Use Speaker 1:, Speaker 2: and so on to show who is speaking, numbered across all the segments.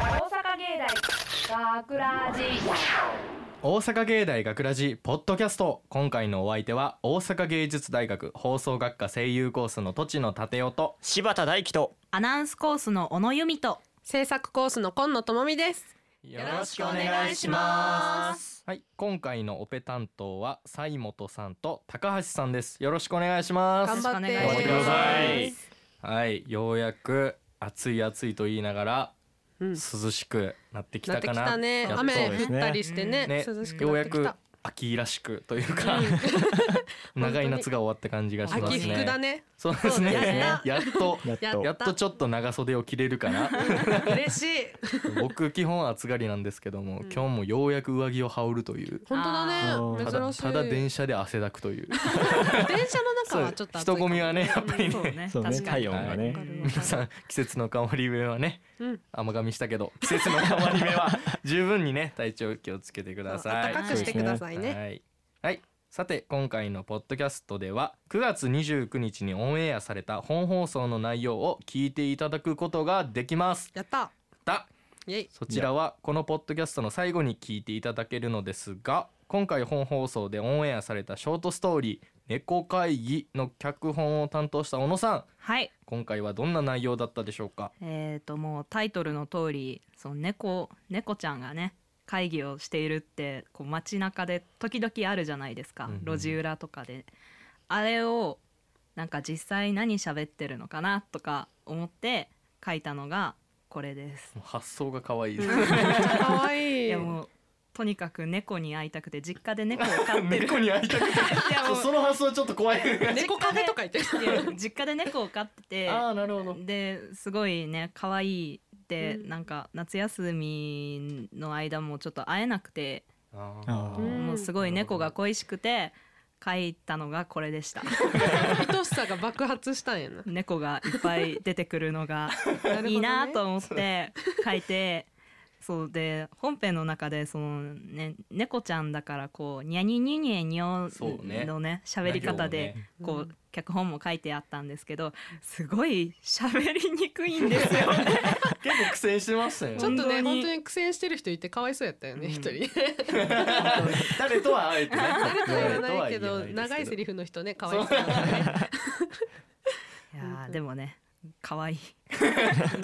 Speaker 1: 芸大学ラジ
Speaker 2: 大阪芸大学ラジポッドキャスト今回のお相手は大阪芸術大学放送学科声優コースの土地の立雄と
Speaker 3: 柴田大樹と
Speaker 4: アナウンスコースの小野由美と
Speaker 5: 制作コースの今野智美です
Speaker 2: よ
Speaker 5: ろしくお願いします
Speaker 2: はい今回のオペ担当は西本さんと高橋さんですよろしくお願いしま
Speaker 5: 頑
Speaker 2: す
Speaker 5: 張って
Speaker 4: よろしくお願いします頑張ってくだ
Speaker 3: さい
Speaker 2: はいようやく暑い暑いと言いながら
Speaker 5: うん
Speaker 2: 涼しくなってき
Speaker 5: なったて
Speaker 2: か
Speaker 5: き
Speaker 2: な
Speaker 5: たね
Speaker 2: やっと
Speaker 5: 雨
Speaker 3: そうです
Speaker 5: 降
Speaker 3: ね
Speaker 5: ったりしてね
Speaker 2: ね
Speaker 5: 涼しく
Speaker 2: よう
Speaker 5: なっ
Speaker 2: や
Speaker 5: てき
Speaker 2: く
Speaker 5: た
Speaker 2: 秋らしくというか 長い夏が終わった感じがします
Speaker 5: 秋
Speaker 2: ね
Speaker 5: 服だね
Speaker 2: そうですね
Speaker 4: そうですね
Speaker 2: やっと
Speaker 3: やっ
Speaker 5: やっ
Speaker 3: と
Speaker 2: やっとちょっと長袖を着れるかな
Speaker 5: 嬉しい
Speaker 2: 僕基本暑がりなんですけども、
Speaker 5: ん
Speaker 2: 今日もようやく上着を羽織るという
Speaker 5: 本当
Speaker 3: あー
Speaker 2: た
Speaker 5: だね
Speaker 2: だ
Speaker 5: 珍しい
Speaker 2: ただ電車で汗だくという
Speaker 5: 電車の中はちょっと暑いか
Speaker 2: 人
Speaker 5: も
Speaker 2: 混みはねやっぱりね
Speaker 4: そうね
Speaker 3: そうね
Speaker 4: 確かに
Speaker 3: 体温が
Speaker 5: わか
Speaker 3: ね
Speaker 5: るわ
Speaker 2: 皆
Speaker 5: か
Speaker 2: さん 季節の変わり目はね
Speaker 5: るうん
Speaker 2: 甘噛みしたけど季節の変わり 目は十分にね体調気をつけてください
Speaker 5: 暖かくしてくださいね
Speaker 2: はい、はい、さて今回のポッドキャストでは9月29日にオンエアされた本放送の内容を聞いていただくことができます
Speaker 5: やった
Speaker 2: だ
Speaker 5: イエイ
Speaker 2: そちらはこのポッドキャストの最後に聞いていただけるのですが今回本放送でオンエアされたショートストーリー「猫会議」の脚本を担当した小野さん
Speaker 4: はい
Speaker 2: 今回はどんな内容だったでしょうか
Speaker 4: えっ、ともうタイトルの通りその猫猫ちゃんがね会議をしているってこう街中で時々あるじゃないですか、
Speaker 2: うんうん
Speaker 4: 路地裏とかであれをなんか実際何喋ってるのかなとか思って書いたのがこれです、
Speaker 2: 発想が可愛いで
Speaker 5: めっ
Speaker 2: す
Speaker 5: ちゃ可愛い
Speaker 4: い やもうとにかく猫に会いたくて実家で猫を飼ってる
Speaker 2: 猫に会いたくて
Speaker 4: いやもう
Speaker 2: その発想ちょっと怖い
Speaker 5: 猫カフェとか言ってる
Speaker 4: いや 実家で猫を飼ってて
Speaker 2: ああなるほど
Speaker 4: ですごいね可愛いで、
Speaker 5: うん
Speaker 4: なんか夏休みの間もちょっと会えなくて、
Speaker 2: あー
Speaker 5: うん
Speaker 4: もうすごい猫が恋しくて書いたのがこれでした
Speaker 5: 愛しさが爆発したんやな
Speaker 4: 猫がいっぱい出てくるの が
Speaker 5: るほどね
Speaker 4: いいなと思って書いて。そうで本編の中でその、ね、猫ちゃんだからこうニャニニニャニ
Speaker 2: そう
Speaker 4: ョ
Speaker 2: ね
Speaker 4: のね喋り方でこう、脚本も書いてあったんですけどすごい 喋りにくいんですよ。
Speaker 2: 結構苦戦してましたよ
Speaker 5: ちょっとね
Speaker 4: 本当に
Speaker 5: 本当に苦戦してる人いてかわいそうやったよね
Speaker 4: うん
Speaker 5: 一人
Speaker 2: 誰とは会えてない
Speaker 5: 誰とは言わないけ
Speaker 2: 誰とは言わ
Speaker 5: ど
Speaker 2: です
Speaker 5: 長いセリフの人ねかわいそうだったね
Speaker 4: いやーでもね可愛い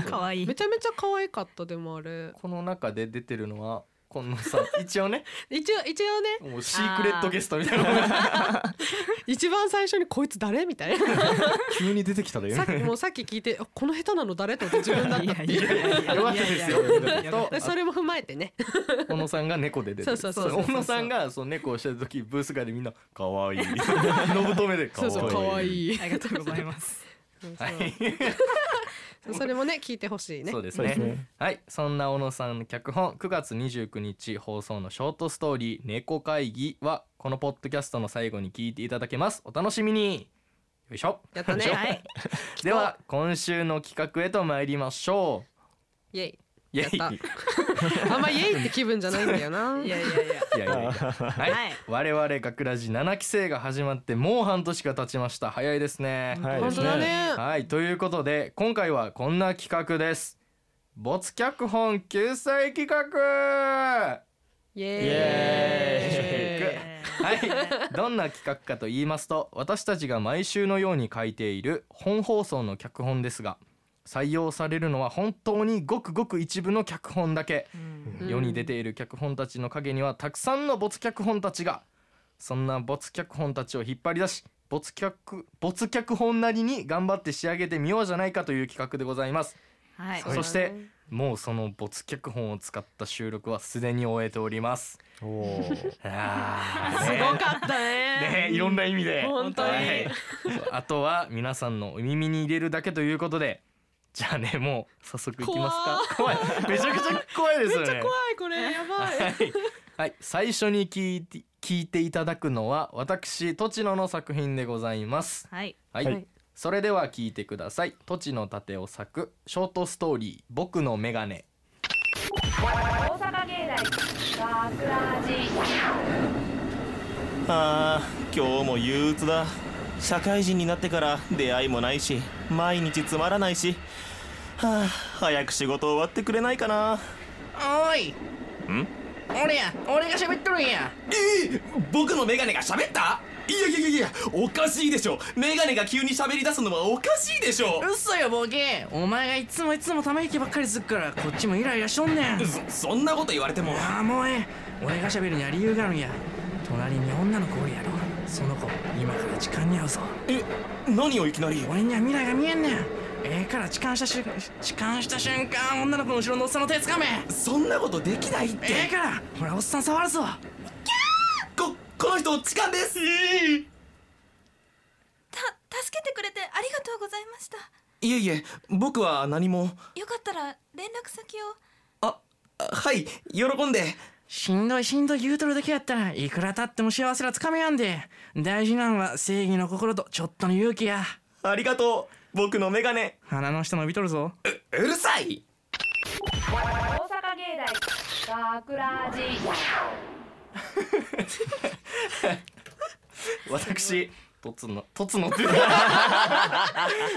Speaker 4: 可愛い
Speaker 5: めちゃめちゃ可愛かったでもあれ
Speaker 2: この中で出てるのはこのさ一応ね
Speaker 5: 一応一応ね
Speaker 2: もうシークレットゲストみたいな
Speaker 5: 一番最初にこいつ誰みたいな
Speaker 2: 急に出てきたで
Speaker 5: さっきもうさっき聞いてあこの下手なの誰と思って自分だったって
Speaker 4: いやい
Speaker 5: いう
Speaker 4: や
Speaker 2: よかったですよ
Speaker 4: いやいやいや
Speaker 2: と
Speaker 5: でそれも踏まえてね
Speaker 2: 小野さんが猫で出てる
Speaker 5: そうそうそう
Speaker 2: 小野さんがその猫をしてる時ブース 外でみんな「かわいい」のぶとめで「か
Speaker 5: そうそう可
Speaker 2: わ
Speaker 5: 愛
Speaker 2: いい」
Speaker 5: いい
Speaker 4: ありがとうございます
Speaker 5: そう
Speaker 2: はい
Speaker 5: そう それもね聞いてほしいね
Speaker 2: そうです
Speaker 3: そうです
Speaker 2: ね
Speaker 3: ね
Speaker 2: はいそんな小野さんの脚本9月29日放送のショートストーリー「猫会議」はこのポッドキャストの最後に聞いていただけますお楽しみによいしょ
Speaker 5: やったね
Speaker 4: はい
Speaker 2: では今週の企画へと参りましょ
Speaker 5: イエイ
Speaker 2: うイエイ
Speaker 5: やったあんまイエイって気分じゃないんだよな
Speaker 4: いやいやいや
Speaker 2: いやいやいやはい、
Speaker 4: はい
Speaker 2: 我々学ラジ7期生が始まってもう半年が経ちました早いですね
Speaker 3: はい
Speaker 5: 本当だね
Speaker 2: はいということで今回はこんな企画です没脚本救済企
Speaker 3: イ
Speaker 5: イエ
Speaker 2: 画
Speaker 3: エ
Speaker 5: ーイ
Speaker 2: エはい、どんな企画かと言いますと私たちが毎週のように書いている本放送の脚本ですが採用されるのは本当にごくごく一部の脚本だけ
Speaker 4: うん
Speaker 5: うん
Speaker 2: 世に出ている脚本たちの陰にはたくさんの没脚本たちがそんな没脚本たちを引っ張り出し没脚没脚本なりに頑張って仕上げてみようじゃないかという企画でございます
Speaker 4: はい
Speaker 2: そしてもうその没脚本を使った収録はすでに終えております
Speaker 3: おおー
Speaker 2: あー
Speaker 5: す
Speaker 2: ね
Speaker 5: ごかったね
Speaker 2: ねいろんな意味で
Speaker 5: 本当に
Speaker 2: はいあとは皆さんのお耳に入れるだけということでじゃあねもう早速いきますか怖いめちゃくちゃ怖いですよね
Speaker 5: 怖いこれやばい
Speaker 2: はい、はい、最初に聞いて聞いていただくのは私栃野の作品でございます
Speaker 4: はい
Speaker 2: はい、
Speaker 3: はい
Speaker 2: それでは聞いてください栃野立夫作ショートストーリー僕のメガネ
Speaker 1: 大阪芸大学ラジ
Speaker 6: あー今日も憂鬱だ社会人になってから出会いもないし毎日つまらないしはあ早く仕事終わってくれないかな
Speaker 2: おい
Speaker 7: ん
Speaker 2: 俺や俺が喋っとるんや
Speaker 7: えー、僕のメガネが喋ったいやいやいやいやおかしいでしょメガネが急に喋り出すのはおかしいでしょ
Speaker 2: 嘘よボケお前がいつもいつもため息ばっかりすっからこっちもイライラしとんねん
Speaker 7: そそんなこと言われても
Speaker 2: ああもうええ俺が喋るには理由があるんや隣に女の子おるやろその子今から痴漢に遭うぞ
Speaker 7: え何をいきなり
Speaker 2: 俺には未来が見えんねんええから痴漢したし痴漢した瞬間女の子の後ろのおっさんの手掴め
Speaker 7: そんなことできないって
Speaker 2: ええからほらおっさん触るぞ
Speaker 7: ここの人痴漢です
Speaker 8: た助けてくれてありがとうございました
Speaker 7: いえいえ僕は何も
Speaker 8: よかったら連絡先を
Speaker 7: ああはい喜んで
Speaker 2: しんどいしんどい言うとるだけやったらいくらたっても幸せはつかめやんで大事なんは正義の心とちょっとの勇気や
Speaker 7: ありがとう僕のメガネ
Speaker 2: 鼻の下伸びとるぞ
Speaker 7: うるさい
Speaker 1: 大阪芸大桜寺
Speaker 2: 私とつの とつのって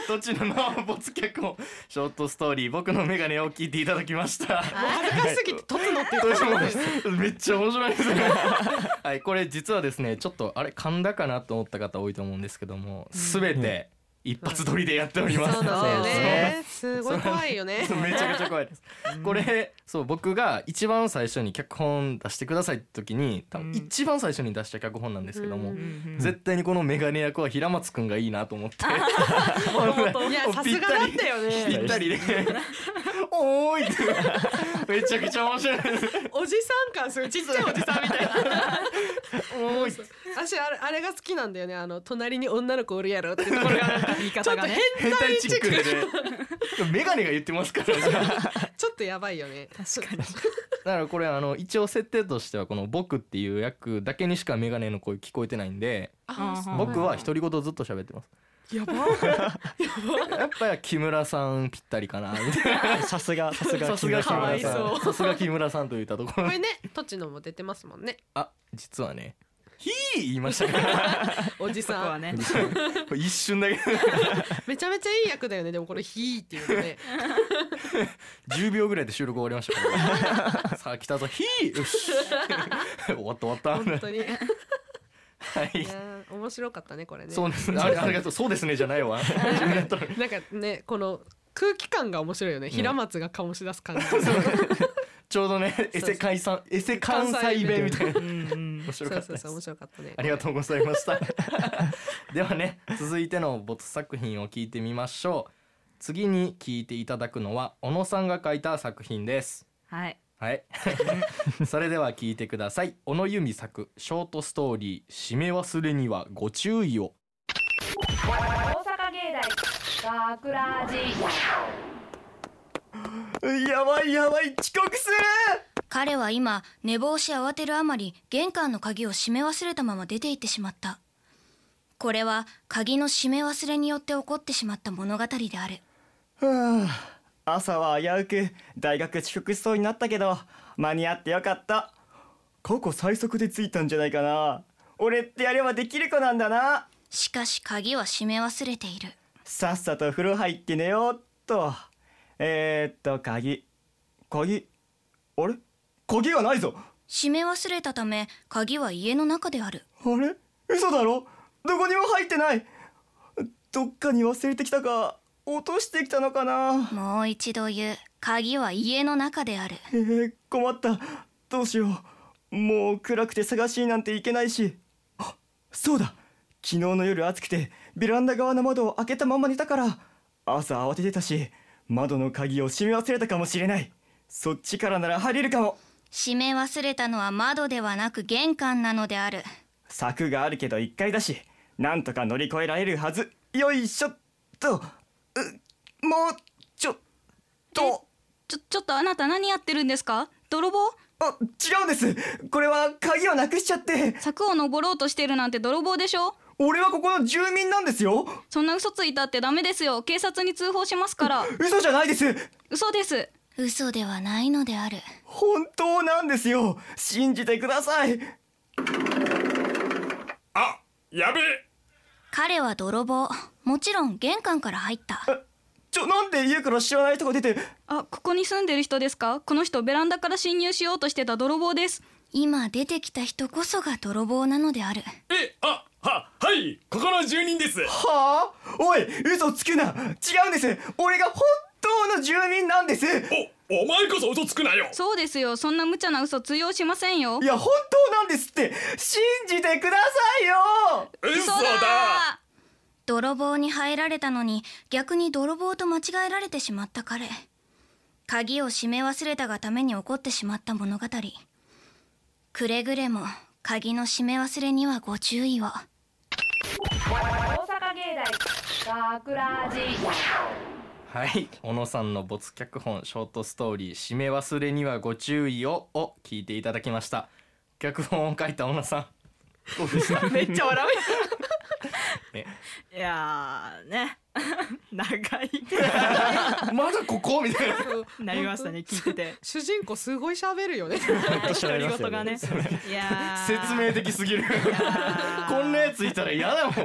Speaker 2: とちのの没脚をショートストーリー僕の眼鏡を聞いていただきました
Speaker 5: 恥ずかしすぎてとつのって言っ
Speaker 2: どうしようもめっちゃ面白いですね はいこれ実はですねちょっとあれ噛んだかなと思った方多いと思うんですけども全て一発撮りでやっております、
Speaker 5: そうなんだよ
Speaker 2: そう
Speaker 5: ね。すごい怖いよね。
Speaker 2: めちゃめちゃ怖いです。これそう僕が一番最初に脚本出してくださいって時に多分一番最初に出した脚本なんですけども、絶対にこのメガネ役は平松くんがいいなと 思って
Speaker 5: いやさすがだったよ
Speaker 2: ぴ
Speaker 5: ね。
Speaker 2: ったりで「おーい!」ってめちゃくちゃ面白いです
Speaker 5: おじさん感すごいちっちゃいおじさんみたいな。
Speaker 2: 「おーい!」
Speaker 5: 私あれあれが好きなんだよね。あの隣に女の子おるやろってところがなん か
Speaker 4: 言い
Speaker 5: ちょ
Speaker 4: 方
Speaker 5: っと
Speaker 4: がね
Speaker 5: 変
Speaker 2: 変態チックでねメガネが言ってますから だか
Speaker 5: ちょっとやばいよね。
Speaker 4: 確かに
Speaker 2: らこれあの一応設定としてはこの「僕」っていう役だけにしかメガネの声聞こえてないんで
Speaker 5: あ
Speaker 4: うん
Speaker 2: 僕は独り言ずっと喋ってます
Speaker 5: や ば。
Speaker 2: やっぱり木村さんぴったりかなみたい
Speaker 9: さすがさす
Speaker 2: な。
Speaker 9: が
Speaker 2: さすが木
Speaker 5: かわ
Speaker 2: 村
Speaker 5: い
Speaker 2: さ
Speaker 5: そ
Speaker 2: ん。さすが木村さんと言ったところ
Speaker 5: こ。れねとちのも出てますもんね。
Speaker 2: あ、実はね。ひー言いましたから。
Speaker 5: おじ
Speaker 4: そこ
Speaker 5: さ
Speaker 4: は
Speaker 5: ん。
Speaker 4: ね
Speaker 2: これ一瞬だけ。
Speaker 5: めちゃめちゃいい役だよね。でもこれひーっていうのね。
Speaker 2: 10秒ぐらいで収録終わりました から。さあ来たぞ。ひー。よし終わった終わっ
Speaker 5: 本当に。い
Speaker 2: た。 はい。
Speaker 5: やー面白かったねこれね。
Speaker 2: そうですね。あれありがとう。そうですねじゃな いわ。
Speaker 5: なんかねこの空気感が面白いよね。平松が醸し出す 感じ。
Speaker 2: ちょうどね、エセ解散、エセ関西弁みたいな。面
Speaker 5: そ
Speaker 2: 白か
Speaker 5: う
Speaker 2: った
Speaker 5: そう
Speaker 2: です
Speaker 5: そう。面白かったね。
Speaker 2: ありがとうございま した。ではね、続いての没作品を聞いてみましょう。次に聞いていただくのは小野さんが書いた作品です。
Speaker 4: はい
Speaker 2: はい。それでは聞いてください。小野由美作ショートストーリー締め忘れにはご注意を。
Speaker 1: 大阪芸大桜寺
Speaker 7: やばいやばい遅刻する
Speaker 10: 彼は今寝坊し慌てるあまり玄関の鍵を閉め忘れたまま出て行ってしまったこれは鍵の閉め忘れによって起こってしまった物語である
Speaker 9: はあ朝は危うく大学遅刻しそうになったけど間に合ってよかった過去最速で着いたんじゃないかな俺ってやればできる子なんだな
Speaker 10: しかし鍵は閉め忘れている
Speaker 9: さっさと風呂入って寝ようっとえー、っと鍵鍵あれ鍵がないぞ
Speaker 10: 閉め忘れたため鍵は家の中である
Speaker 9: あれ嘘だろどこにも入ってないどっかに忘れてきたか落としてきたのかな
Speaker 10: もう一度言う鍵は家の中である
Speaker 9: えー、 困ったどうしようもう暗くて探しになんていけないしあそうだ昨日の夜暑くてベランダ側の窓を開けたまま寝たから朝慌ててたし窓の鍵を閉め忘れたかもしれないそっちからなら入れるかも
Speaker 10: 閉め忘れたのは窓ではなく玄関なのである
Speaker 9: 柵があるけど1階だしなんとか乗り越えられるはずよいしょっとうもうちょっと
Speaker 10: ちょちょっとあなた何やってるんですか泥棒
Speaker 9: あ違うんですこれは鍵をなくしちゃって
Speaker 10: 柵を登ろうとしてるなんて泥棒でしょ
Speaker 9: 俺はここの住民なんですよ
Speaker 10: そんな嘘ついたってダメですよ警察に通報しますから
Speaker 9: 嘘じゃないです
Speaker 10: 嘘です嘘ではないのである
Speaker 9: 本当なんですよ信じてください
Speaker 10: 彼は泥棒もちろん玄関から入った
Speaker 3: ちょなんで家から知らない人が出て
Speaker 11: あここに住んでる人ですかこの人ベランダから侵入しようとしてた泥棒です
Speaker 10: 今出てきた人こそが泥棒なのである
Speaker 6: えあははいここの住人です
Speaker 3: はあおい嘘つくな違うんです俺が本当の住民なんですい
Speaker 6: おお前こそ嘘つくなよ
Speaker 11: そうですよそんな無茶な嘘通用しませんよ
Speaker 3: や本当なんですって信じてくださいよ
Speaker 6: 嘘
Speaker 10: 泥棒に入られたのに逆に泥棒と間違えられてしまった彼鍵を閉め忘れたがために起こってしまった物語くれぐれも鍵の閉め忘れにはご注意を
Speaker 1: 大阪芸大学ラジ
Speaker 2: はい小野さんの没脚本ショートストーリー「締め忘れにはご注意を」を聞いていただきました脚本を書いた小野さんどうでし た
Speaker 5: めっちゃ笑
Speaker 4: いやーね 長いっ
Speaker 2: まだここみたいな
Speaker 4: てなりましたね聞いてて
Speaker 5: う主人公すごい喋るよね
Speaker 4: 独 り言がねいやー
Speaker 2: 説明的すぎる
Speaker 4: いやー
Speaker 2: こんなやついたら 嫌だもん
Speaker 4: ちょ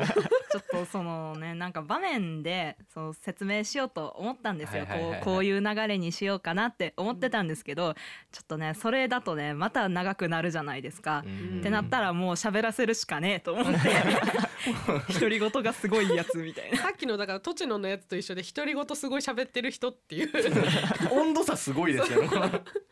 Speaker 4: っとそのねなんか場面でその説明しようと思ったんですよ、
Speaker 2: はいはいはいはい
Speaker 4: こうこういう流れにしようかなって思ってたんですけどちょっとねそれだとねまた長くなるじゃないですか、
Speaker 2: うん
Speaker 4: ってなったらもう喋らせるしかねえと思 って独り言がすごいやつみたい な
Speaker 5: さっきのだから栃野のやつと一緒で独り言すごい喋ってる人っていう
Speaker 2: 温度差すごいですよねこの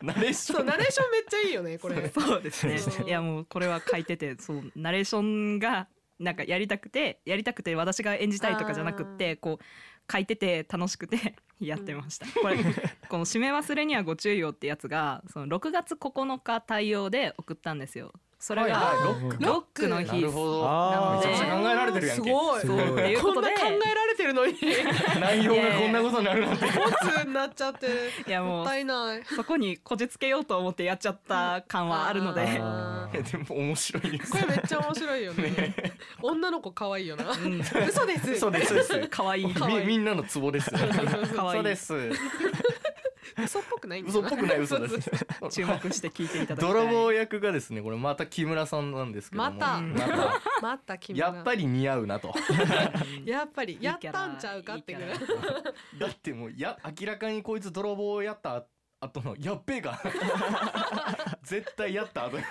Speaker 2: ナレーション
Speaker 5: そうナレーションめっちゃいいよねこ れ
Speaker 4: そうですね
Speaker 5: そう
Speaker 4: いやもうこれは書いててそうナレーションがなんかやりたくてやりたくて私が演じたいとかじゃなくってこう書いてて楽しくて やってました、これこの「締め忘れにはご注意を」ってやつがその6月9日対応で送ったんですよそれ
Speaker 2: はい
Speaker 4: が
Speaker 2: はいロック
Speaker 4: ロックの
Speaker 2: な
Speaker 4: 日
Speaker 2: るほど
Speaker 4: な
Speaker 3: あ
Speaker 4: の
Speaker 2: めちゃくちゃ
Speaker 4: で
Speaker 2: 考えられてるやん
Speaker 5: す
Speaker 2: け
Speaker 5: ごい
Speaker 4: そうっていう
Speaker 5: こ
Speaker 4: こ
Speaker 5: ん
Speaker 4: と
Speaker 5: な
Speaker 4: で
Speaker 5: 考えられてるのに
Speaker 2: 内容がこんなことになるなんて
Speaker 5: ボツになっちゃって
Speaker 4: いやも
Speaker 5: も
Speaker 4: う
Speaker 5: ったいない
Speaker 4: そこにこじつけようと思ってやっちゃった感はあるので
Speaker 5: あー
Speaker 2: でも面白いです
Speaker 5: これめっちゃ面白い よね女の子可愛いよな
Speaker 4: うん
Speaker 5: 嘘です
Speaker 2: そうですそうです
Speaker 4: 可愛い
Speaker 5: 可愛い
Speaker 2: みみんなのツボです
Speaker 4: 可愛い
Speaker 2: そうです
Speaker 5: 嘘っぽくないんだ
Speaker 2: 嘘っぽくない嘘で
Speaker 5: 嘘
Speaker 2: す
Speaker 4: 注目して聞いていただきたい
Speaker 2: 泥棒役がですねこれまた木村さんなんですけども
Speaker 5: また
Speaker 2: うんまた
Speaker 5: また君
Speaker 2: やっぱ
Speaker 5: り
Speaker 2: り似合うなと
Speaker 5: やっぱりやったんちゃうかって
Speaker 4: い
Speaker 5: い
Speaker 4: いうキャラいいキ
Speaker 2: だってもうや明らかにこいつ泥棒やった後のやっべえが絶対やった後よ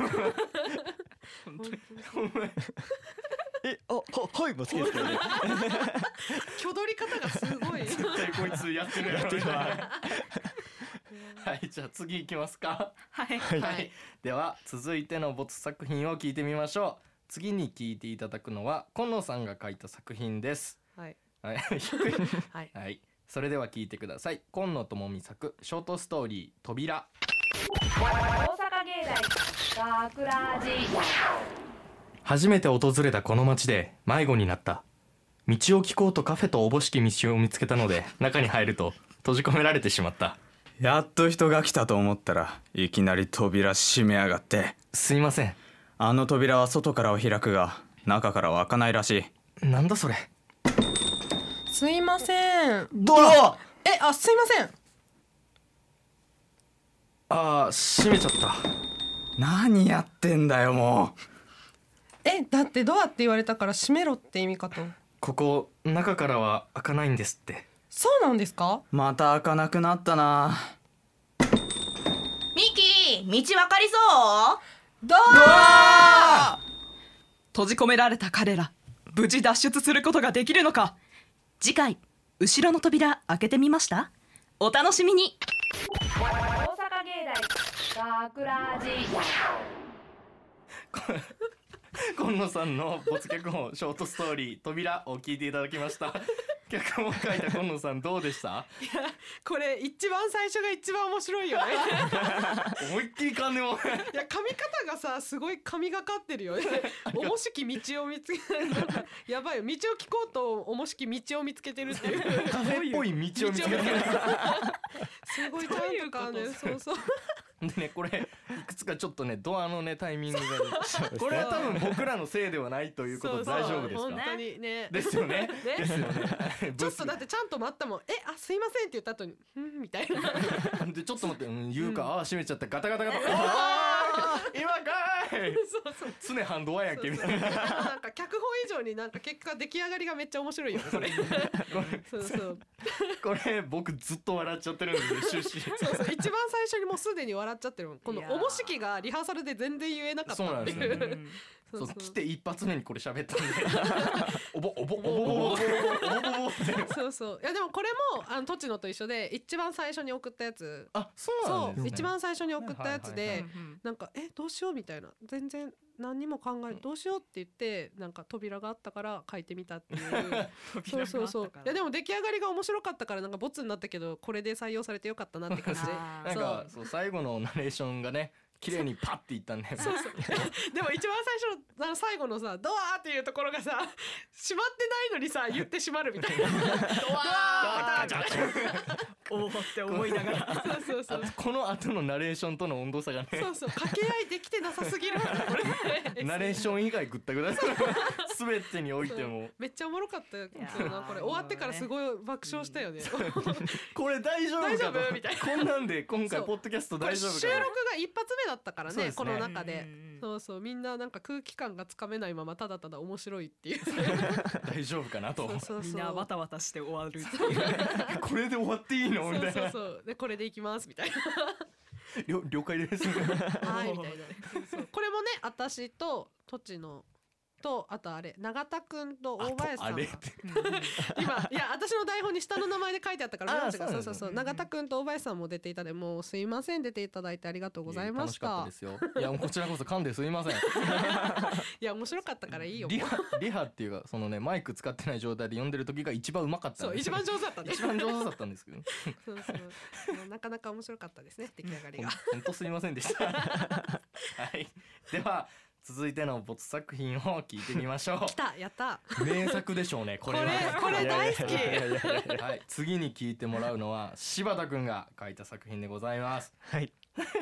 Speaker 3: えあははいもう好きですけどね
Speaker 5: 挙取り方がすごい
Speaker 2: 絶対こいつやってるやろなはいじゃあ次行きますか
Speaker 4: はい
Speaker 2: はい、
Speaker 5: はい
Speaker 2: では続いての没作品を聞いてみましょう次に聞いていただくのは今野さんが書いた作品です
Speaker 5: はい
Speaker 2: はい低い
Speaker 5: はい
Speaker 2: はい、それでは聞いてください今野智美作ショートストーリー扉
Speaker 1: 大阪芸大学ラジ
Speaker 2: 初めて訪れたこの町で迷子になった道を聞こうとカフェとおぼしき道を見つけた ので中に入ると閉じ込められてしまった
Speaker 12: やっと人が来たと思ったらいきなり扉閉めやがって
Speaker 2: すいません
Speaker 12: あの扉は外からは開くが中からは開かないらしい
Speaker 2: なんだそれ
Speaker 5: すいません
Speaker 2: ドア
Speaker 5: えあすいません
Speaker 2: あー閉めちゃ った
Speaker 12: 何やってんだよも
Speaker 5: えだってドアって言われたから閉めろって意味かと
Speaker 2: ここ中からは開かないんですって
Speaker 5: そうなんですか
Speaker 12: うまた開かなくなったな
Speaker 13: ミキ道わかりそう
Speaker 5: ドア
Speaker 4: 閉じ込められた彼ら無事脱出することができるのか次回後ろの扉開けてみましたお楽しみに
Speaker 1: 大阪芸大学ラジ
Speaker 2: 今野さんの没脚本ショートストーリー扉を聞いていただきました脚本を書いた今野さんどうでした
Speaker 5: これ一番最初が一番面白いよね
Speaker 2: 思いっきり金を
Speaker 5: いや髪型がさすごい髪がかってる よねおもしき道を見つけやばいよ道を聞こうとおもしき道を見つけてるっていう
Speaker 2: カフェっぽい道を見つけて
Speaker 5: すごいちゃんとかねそうそう
Speaker 2: でねこれいくつかちょっとねドアのねタイミングがねこれは多分僕らのせいではないということで
Speaker 5: そう
Speaker 2: 大
Speaker 5: そう
Speaker 2: 丈夫ですか
Speaker 5: 本当にね
Speaker 2: ですよね
Speaker 5: ね
Speaker 2: ですよね
Speaker 5: ちょっとだってちゃんと待ったもんえあすいませんって言った後にうんみた いな
Speaker 2: でちょっと待って、うん、言うか、ああ閉めちゃったガタガタガタ、ああ今かい常半ドアやんけみたいな
Speaker 5: なんか脚本以上になんか結果出来上がりがめっちゃ面白いよねこれそうそう
Speaker 2: これ僕ずっと笑っちゃってるんですよ終始
Speaker 5: そうそう一番最初にもうすでに笑っちゃってるもんこの
Speaker 2: いやー
Speaker 5: おもしきがリハーサルで全然言えなかった
Speaker 2: そうなんですよね
Speaker 5: そう
Speaker 2: そ
Speaker 5: そうう
Speaker 2: 来て一発目にこれ喋 ったんでおぼおぼおぼおぼおぼおぼおぼって
Speaker 5: そうそういやでもこれもあの栃野と一緒で一番最初に送ったやつ
Speaker 2: あそうなんですね
Speaker 5: 一番最初に送ったやつ
Speaker 2: はいはい
Speaker 5: で
Speaker 2: はい
Speaker 5: なんか「えどうしよう」みたいな全然何にも考えどうしようって言ってなんか扉があったから書いてみたっ ていうそうそうそういやでも出来上がりが面白かったからなんかボツになったけどこれで採用されてよかったなって感じ
Speaker 2: なんかそう最後のナレーションがね綺麗にパッていったんで
Speaker 5: そうそうでも一番最初のあの最後のさ「ドア!」っていうところがさ閉まってないのにさ言って閉まるみたい な「ドア!」
Speaker 4: おおって思いながら
Speaker 5: そうそうそう
Speaker 2: あとこの後のナレーションとの温度差がね
Speaker 5: そうそう掛け合いできてなさす ぎるこれ
Speaker 2: ナレーション以外ぐったぐだ す全てにおいても
Speaker 5: めっちゃおもろかったよなこれ終わってからすごい爆笑したよね、
Speaker 2: これ大丈夫かと
Speaker 5: 大丈夫みたいな
Speaker 2: こんなんで今回
Speaker 5: そう
Speaker 2: ポッドキャスト
Speaker 5: これ
Speaker 2: 大
Speaker 5: 収
Speaker 2: 丈夫
Speaker 5: 録
Speaker 2: かな
Speaker 5: が一発目だったから
Speaker 2: そう
Speaker 5: ね
Speaker 2: ですね
Speaker 5: この中で、そうそうみんななんか空気感がつかめないままただただ面白いっていう
Speaker 2: 大丈夫かなと
Speaker 5: そうそうそう
Speaker 4: みんなわたわたして終わるっていう
Speaker 2: これで終わって いいの
Speaker 5: そ
Speaker 2: みた
Speaker 5: う
Speaker 2: い
Speaker 5: そう
Speaker 2: な
Speaker 5: そうでこれでいきますみたいな
Speaker 2: りょ 了解です
Speaker 5: はいみたいな そうこれもね私と栃野とあとあれ永田くんと大林さんが
Speaker 2: あれ
Speaker 5: 今いや私の台本に下の名前で書いてあったから
Speaker 2: あー
Speaker 5: 名字が
Speaker 2: そ
Speaker 5: そ
Speaker 2: うなん
Speaker 5: う
Speaker 2: です
Speaker 5: そ
Speaker 2: ね
Speaker 5: うそう永田くんと大林さんも出ていたでもうすいません出ていただいてありがとうございま
Speaker 2: 楽
Speaker 5: し
Speaker 2: しか
Speaker 5: た
Speaker 2: ったですよいやもうこちらこそ噛んですいません
Speaker 5: いや面白かったからいいよ
Speaker 2: リハリハっていうかそのねマイク使ってない状態で呼んでる時が一番うまかったんです
Speaker 5: そう一番上手だったね
Speaker 2: 一番上手だったんです けど
Speaker 5: そうそうもうなかなか面白かったですね出来上がりが
Speaker 2: 本当すいませんで したはいでは続いての没作品を聞いてみましょう
Speaker 5: 来たやった
Speaker 2: 名作でしょうねこれは
Speaker 5: これこれ大好き
Speaker 2: いやいやいやいやいやはい次に聞いてもらうのは柴田くんが書いた作品でございます
Speaker 9: はい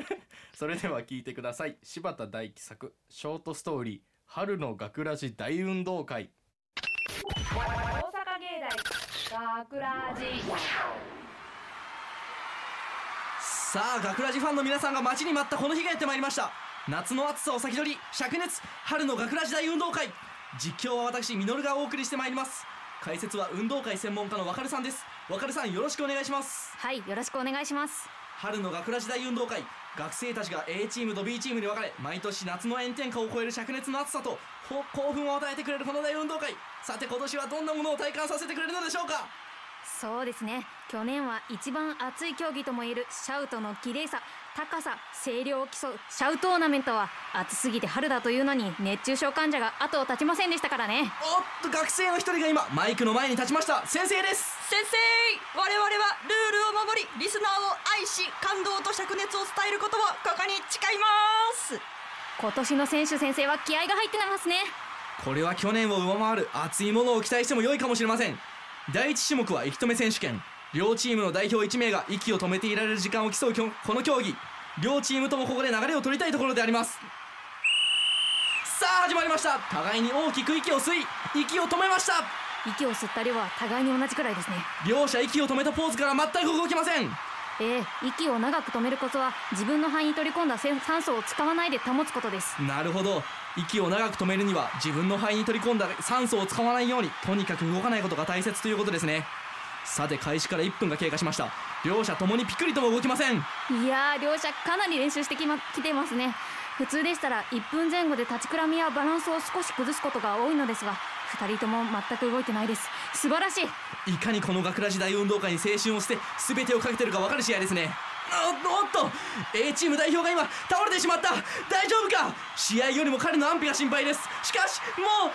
Speaker 2: それでは聞いてください柴田大樹作ショートストーリー春の学ラジ大運動会
Speaker 1: 大阪芸大学ラジ
Speaker 14: さあ学ラジファンの皆さんが待ちに待ったこの日がやってまいりました夏の暑さを先取り灼熱春の学ラジ大運動会実況は私ミノルがお送りしてまいります解説は運動会専門家のわかるさんですわかるさんよろしくお願いします
Speaker 15: はいよろしくお願いします
Speaker 14: 春の学ラジ大運動会学生たちが A チームと B チームに分かれ毎年夏の炎天下を超える灼熱の暑さとほ興奮を与えてくれるこの大運動会さて今年はどんなものを体感させてくれるのでしょうか
Speaker 15: そうですね去年は一番熱い競技ともいえるシャウトの綺麗さ高さ声量を競うシャウトオーナメントは暑すぎて春だというのに熱中症患者が後を絶ちませんでしたからね
Speaker 14: おっと学生の一人が今マイクの前に立ちました先生です
Speaker 13: 先生我々はルールを守りリスナーを愛し感動と灼熱を伝えることをここに誓います
Speaker 15: 今年の選手先生は気合が入ってますね
Speaker 14: これは去年を上回る熱いものを期待しても良いかもしれません第1種目は息止め選手権両チームの代表1名が息を止めていられる時間を競うきょこの競技両チームともここで流れを取りたいところでありますさあ始まりました互いに大きく息を吸い息を止めました
Speaker 15: 息を吸った量は互いに同じくらいですね
Speaker 14: 両者息を止めたポーズから全く動きません
Speaker 15: ええ息を長く止めるコツは自分の肺に取り込んだせん酸素を使わないで保つことです
Speaker 14: なるほど息を長く止めるには自分の肺に取り込んだ酸素を使わないようにとにかく動かないことが大切ということですねさて開始から1分が経過しました両者ともにピクリとも動きません
Speaker 15: いやー両者かなり練習してき,、ま、きてますね普通でしたら1分前後で立ちくらみやバランスを少し崩すことが多いのですが2人とも全く動いてないです素晴らしい
Speaker 14: いかにこの学ラジ大運動会に青春をして全てをかけてるか分かる試合ですねあおっと A チーム代表が今倒れてしまった大丈夫か試合よりも彼の安否が心配ですしかしもう放送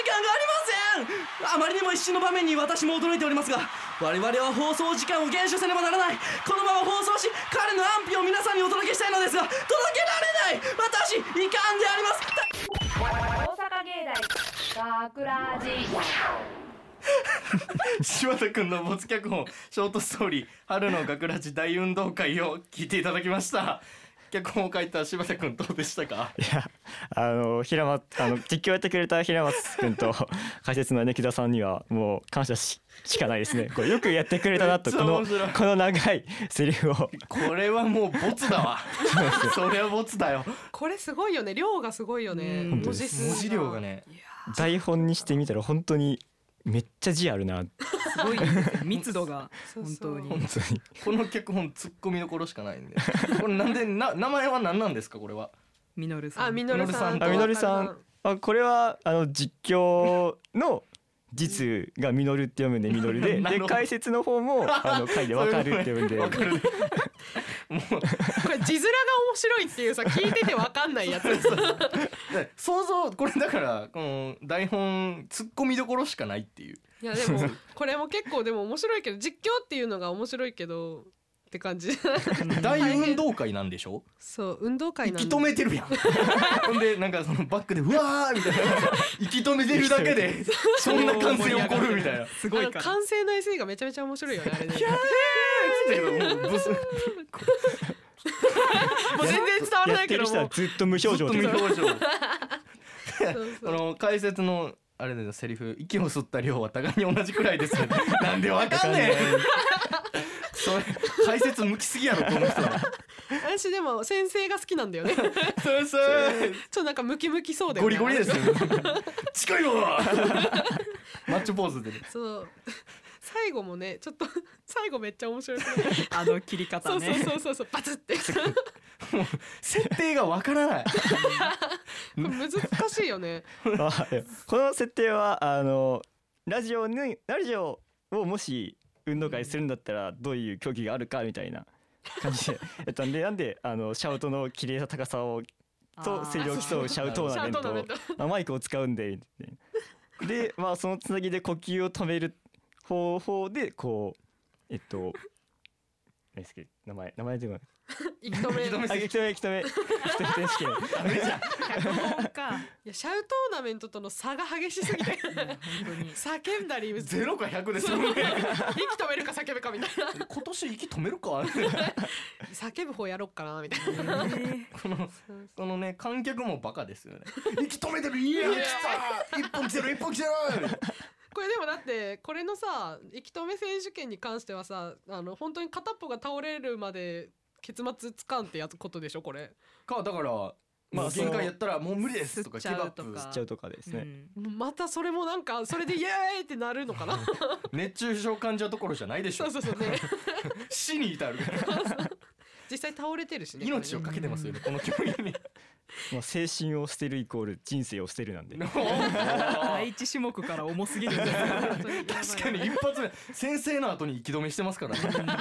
Speaker 14: 時間がありませんあまりにも一瞬の場面に私も驚いておりますが我々は放送時間を厳守せねばならないこのまま放送し彼の安否を皆さんにお届けしたいのですが届けられない私遺憾でありますた
Speaker 1: 大阪芸大学ラジ
Speaker 2: 柴田くんの没脚本ショートストーリー春の学ラジ大運動会を聞いていただきました脚本を書いた柴田君どうでしたか
Speaker 9: あの平松あの実況やってくれた平松君と 解説のね木田さんにはもう感謝ししかないですね。こうよくやってくれたなと
Speaker 2: めっ
Speaker 9: こ
Speaker 2: ちゃ
Speaker 9: の
Speaker 2: 面白い
Speaker 9: この長いセリフ を
Speaker 2: これはもうボツだわそれはボツだよ
Speaker 5: これすごいよね量がすごいよね
Speaker 9: 本当
Speaker 5: 文
Speaker 9: で
Speaker 5: 字
Speaker 9: す
Speaker 5: 数
Speaker 2: 文字量がね
Speaker 9: 台本にしてみたら本当にめっちゃ字あるな。
Speaker 4: すごいですね 密度が本当に
Speaker 2: 本当にこの脚本ツッコミどころしかないんでこれなんでな名前は何なんですかこれは
Speaker 4: ミノルさん
Speaker 5: あミノルさん
Speaker 9: あみのりさんあこれはあの実況の実がみのるって読むんでみのる で
Speaker 2: なる
Speaker 9: で
Speaker 2: ほど
Speaker 9: 解説の方も あの書いてわかるって読むんで
Speaker 2: そういう ことねわか
Speaker 5: これ字面が面白いっていうさ聞いててわかんないやつ
Speaker 2: で想像これだからこの台本ツッコミどころしかないっていう
Speaker 5: いやでもこれも結構でも面白いけど実況っていうのが面白いけどって感じ
Speaker 2: 大運動会なんでしょ
Speaker 5: そう運動会なん
Speaker 2: 息止めてるやん ほんでなんかそのバックでうわーみたいな 息止めてるだけでそんな歓声起こるみたいな
Speaker 5: すごい完成の SE がめちゃめちゃ面白いよねあれね
Speaker 2: もうブス
Speaker 5: もう 全然伝わらないけども
Speaker 9: やってる人はずっと無表情で
Speaker 2: ずっと無表情
Speaker 5: そう
Speaker 2: その解説のあれだよセリフ息を吸った量は互いに同じくらいです よねなんでわかんねえそれ解説向きすぎやろこの人は
Speaker 5: 私でも先生が好きなんだよね
Speaker 2: そう
Speaker 5: ち
Speaker 2: そう
Speaker 5: ょっとなんかムキムキそうだよ
Speaker 2: ゴ
Speaker 5: ね
Speaker 2: リゴリですよ 近いわ マッチョポーズでね
Speaker 5: そう 最後もねちょっと最後めっちゃ面白い、
Speaker 4: あの切り
Speaker 5: そ
Speaker 4: 方
Speaker 5: うそう
Speaker 4: ね
Speaker 5: そうそうそうバツって
Speaker 2: 設定がわからない
Speaker 5: 難しいよ ね
Speaker 9: あいやこの設定はあのラジオにラジオをもし運動会するんだったらどういう競技があるかみたいな感じでやったんでなんであのシャウトの綺麗な高さをと
Speaker 12: あー
Speaker 9: 声量を競うシャウトーナメン
Speaker 12: シャウトーナメ
Speaker 9: ト
Speaker 12: ント
Speaker 9: まあマイクを使うんでみたいなで、まあ、そのつなぎで呼吸を止める方法でこうえっと何ですっけ名前名前出てこない
Speaker 5: 息止め
Speaker 9: あ息止め息止め息止め選手権
Speaker 5: かいやシャウトーナメントとの差が激しすぎて叫んだり
Speaker 2: ゼロか100で
Speaker 5: そ
Speaker 2: す
Speaker 5: う
Speaker 2: よ
Speaker 5: 息
Speaker 2: ね
Speaker 5: 止めるか叫ぶかみたいな
Speaker 2: 今年息止めるか
Speaker 5: 叫ぶ方やろっかなみたいな
Speaker 2: このこのね観客もバカですよね 息止めてるいや
Speaker 5: い
Speaker 2: 来
Speaker 5: や
Speaker 2: た一本来てる一本来てる
Speaker 5: これでもだってこれのさ息止め選手権に関してはさあの本当に片っぽが倒れるまで結末つかんってやつことでしょこれ
Speaker 2: かだから
Speaker 9: ま
Speaker 2: ま
Speaker 9: あ
Speaker 2: あ
Speaker 9: その
Speaker 2: 限界やったらもう無理ですとか
Speaker 5: 吸
Speaker 2: ケ
Speaker 5: っちゃ
Speaker 2: バ
Speaker 5: う
Speaker 2: ッ
Speaker 5: とか
Speaker 2: プ
Speaker 5: 吸っ
Speaker 9: ちゃうとかですね、
Speaker 5: またそれもなんかそれでイエーイってなるの かな
Speaker 2: 熱中症患者どころじゃないでしょ
Speaker 5: そうそうそう ね
Speaker 2: 死に至る
Speaker 5: 実際倒れてるしね
Speaker 2: 命をかけてますよねこの競技に
Speaker 9: まあ、精神を捨てるイコール人生を捨てるな んで
Speaker 4: 第一種目から重すぎるんですよ
Speaker 2: 確かに一発目先生の後に息止めしてますからね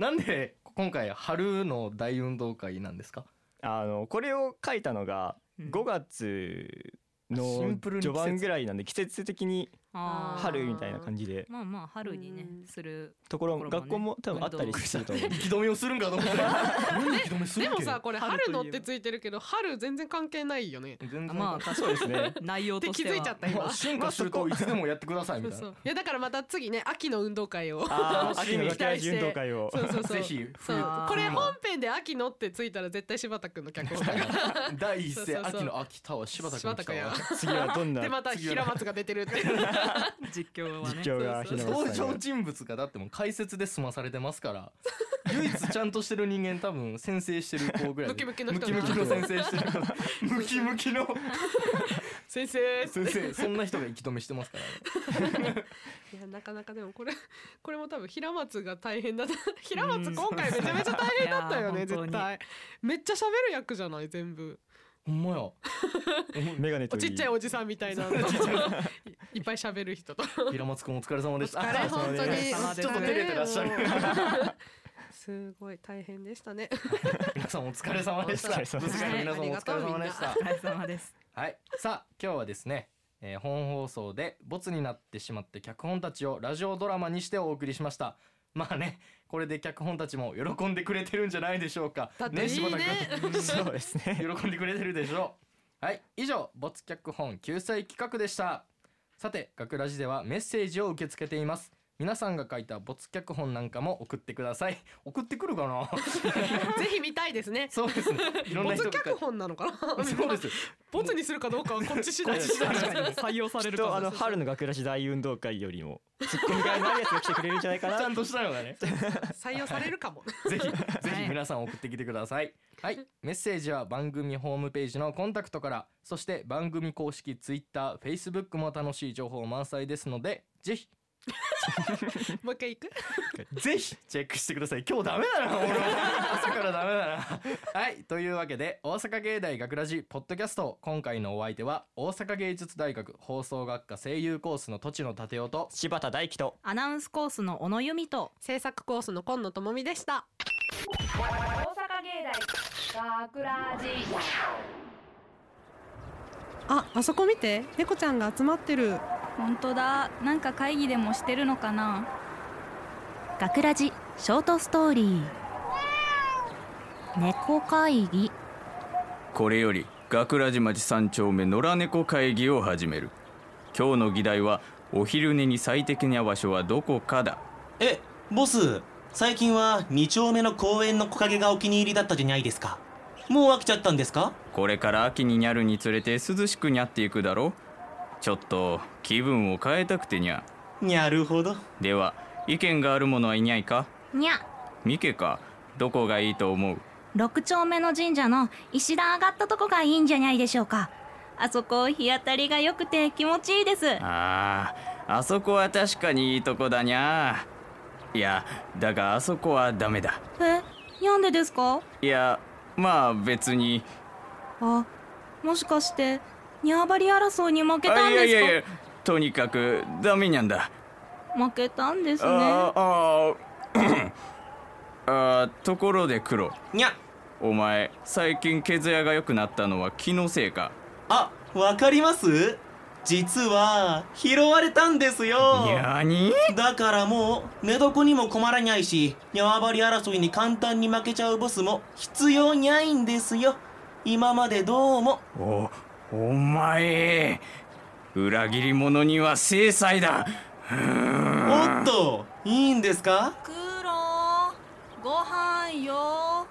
Speaker 2: なんで今回春の大運動会なんですか
Speaker 9: あのこれを書いたのが5月
Speaker 2: シ
Speaker 9: の
Speaker 2: ンプルに季
Speaker 9: 序
Speaker 2: 節
Speaker 9: 盤ぐらいなんで季節的に
Speaker 4: あー
Speaker 9: 春みたいな感じで
Speaker 4: まあまあ春にねする
Speaker 9: ところも
Speaker 4: ね
Speaker 9: 学校も多分あったりすると 思う
Speaker 2: 息止めをするんかと思 ったら息止めする
Speaker 5: で
Speaker 2: っけ
Speaker 5: もさこれ春の って
Speaker 2: と
Speaker 5: ついてるけど春全然関係ないよね
Speaker 2: 全然
Speaker 5: ま
Speaker 4: まあ確かに
Speaker 9: そ うですね
Speaker 4: 内容として
Speaker 5: 気
Speaker 4: は
Speaker 5: づいちゃった
Speaker 2: いえば
Speaker 5: 今
Speaker 2: もう進化するといつでもやってください みたい
Speaker 5: そう
Speaker 2: な
Speaker 5: そういやだからまた次ね秋の運動会を
Speaker 2: あー
Speaker 5: 楽しみに
Speaker 2: 秋の秋運動会を
Speaker 5: そうそうそう
Speaker 2: ぜひ
Speaker 5: そう
Speaker 2: 冬
Speaker 5: これ本編で秋のってついたら絶対柴田君の脚本だから
Speaker 2: 第一声
Speaker 5: そうそうそう
Speaker 2: 秋の秋田は 柴田君来たわ
Speaker 5: 柴田君
Speaker 9: 次はどん な
Speaker 5: でまた平松が出てるって
Speaker 4: 実況は
Speaker 2: ね
Speaker 9: 実況が平松さんが
Speaker 2: 登場人物がだってもう解説で済まされてます から唯一ちゃんとしてる人間多分先生してる子ぐらいで
Speaker 5: ムキムキの人
Speaker 2: ムキムキの先生してる子ムキムキの
Speaker 5: 先生
Speaker 2: 先生そんな人が息止めしてますから
Speaker 5: いやなかなかでもこれこれも多分平松が大変だった 平松今回めちゃめちゃ大変だったよ
Speaker 2: い
Speaker 5: ね
Speaker 2: や本当
Speaker 5: 絶
Speaker 2: に
Speaker 5: 対めっちゃ喋る役じゃない全部
Speaker 2: ほんまや
Speaker 9: メガネ
Speaker 5: おちっちゃいおじさんみたいないいっぱい喋る人と
Speaker 2: 平松くんお疲れ様でした
Speaker 5: お疲れ
Speaker 2: あ
Speaker 5: 本当に
Speaker 2: ちょっと照れてらっ しゃる
Speaker 5: お疲れすごい大変でしたね
Speaker 2: 皆さんお疲れ様でし
Speaker 5: お
Speaker 2: た
Speaker 5: 疲れ様
Speaker 2: ブスカの皆さんもお疲れ様でした
Speaker 5: ありがとうみん
Speaker 4: お疲
Speaker 5: な
Speaker 4: れ様です
Speaker 2: はい、さあ今日はですね、えー本放送でボツになってしまって脚本たちをラジオドラマにしてお送りしましたまあねこれで脚本たちも喜んでくれてるんじゃないでしょうか
Speaker 5: だっていいね
Speaker 2: 君
Speaker 9: そうですね
Speaker 2: 喜んでくれてるでしょうはい以上没脚本救済企画でしたさて学ラジではメッセージを受け付けています皆さんが書いた没脚本なんかも送ってください送ってくるかな
Speaker 5: ぜひ見たいですね。
Speaker 2: そうですねいろんな人
Speaker 5: ボツ
Speaker 2: が書い
Speaker 5: 脚
Speaker 2: て
Speaker 5: 本なのかな。
Speaker 2: そうです
Speaker 5: ボツにするかどうかはこっち次第。
Speaker 4: 採用されるかも
Speaker 9: きっとあの春の学ラジ大運動会よりもツッコミがないやつが来てくれるんじゃないかな
Speaker 2: ち ゃんとしたの がね
Speaker 5: 採用されるかも。
Speaker 2: ぜひ、ぜひ皆さん送ってきてください。はい、メッセージは番組ホームページのコンタクトから、そして番組公式ツイッター、フェイスブックも楽しい情報満載ですので、ぜひ。
Speaker 5: もう一回行く。
Speaker 2: ぜひチェックしてください。今日ダメだな、俺朝からダメだな。はい、というわけで、大阪芸大学ラジポッドキャスト、今回のお相手は大阪芸術大学放送学科声優コースの栃野立夫と
Speaker 9: 柴田大樹と。
Speaker 4: アナウンスコースの小野由美と
Speaker 5: 制作コースの今野智美でした。
Speaker 1: 大阪芸大学ラジ
Speaker 5: あ、あそこ見て、猫ちゃんが集まってる。
Speaker 11: 本当だなんか会議でもしてるのかな
Speaker 8: 学ラジショートストーリー猫会議
Speaker 12: これより学ラジ町三丁目野良猫会議を始める今日の議題はお昼寝に最適な場所はどこかだ
Speaker 7: えボス最近は2丁目の公園の木陰がお気に入りだったじゃないですかもう飽きちゃったんですか
Speaker 12: これから秋ににゃるにつれて涼しくにゃっていくだろちょっと気分を変えたくてにゃ
Speaker 7: にゃるほど
Speaker 12: では意見がある者はいないか
Speaker 8: にゃ
Speaker 12: ミケかどこがいいと思う
Speaker 8: 6丁目の神社の石段上がったとこがいいんじゃないでしょうかあそこ日当たりが良くて気持ちいいです
Speaker 12: あああそこは確かにいいとこだにゃいやだがあそこはダメだ
Speaker 8: えなんでですか
Speaker 12: いやまあ別に
Speaker 8: あもしかしてニャーバリ争いに負けた
Speaker 12: あ
Speaker 8: ん
Speaker 12: い
Speaker 8: ですか
Speaker 12: やいやいやとにかくダメにゃんだ
Speaker 8: 負けたんですね
Speaker 12: ああー あーところで黒
Speaker 7: にゃ
Speaker 12: お前最近毛艶が良くなったのは気のせいか
Speaker 7: あわかります実は拾われたんですよ
Speaker 12: にゃに
Speaker 7: だからもう寝床にも困らにゃいしにゃわばり争いに簡単に負けちゃうボスも必要にゃいんですよ今までどうも
Speaker 12: おお前裏切り者には制裁だ
Speaker 7: おっといいんですか
Speaker 16: ご飯よ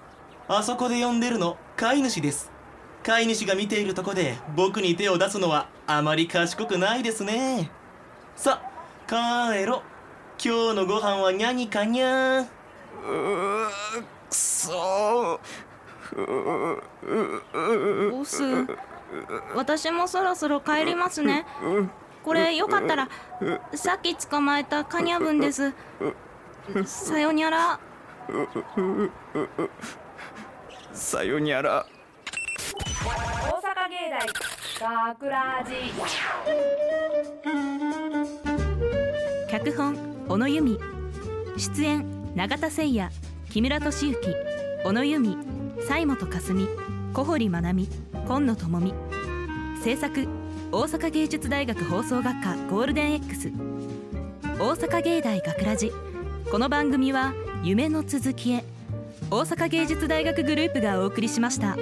Speaker 7: あそこで呼んでるの飼い主です飼い主が見ているとこで僕に手を出すのはあまり賢くないですねさ帰ろ今日のご飯はにゃにかにゃん
Speaker 12: うくそう
Speaker 8: ボス私もそろそろ帰りますねこれよかったらさっき捕まえたカニャブンですさよにゃら
Speaker 12: さよにゃら
Speaker 1: 大阪芸大学ラジ
Speaker 8: 脚本小野由美出演永田誠也木村俊之小野由美西本かすみ小堀真奈美今野智美制作大阪芸術大学放送学科ゴールデン X 大阪芸大学ラジこの番組は夢の続きへ大阪芸術大学グループがお送りしました。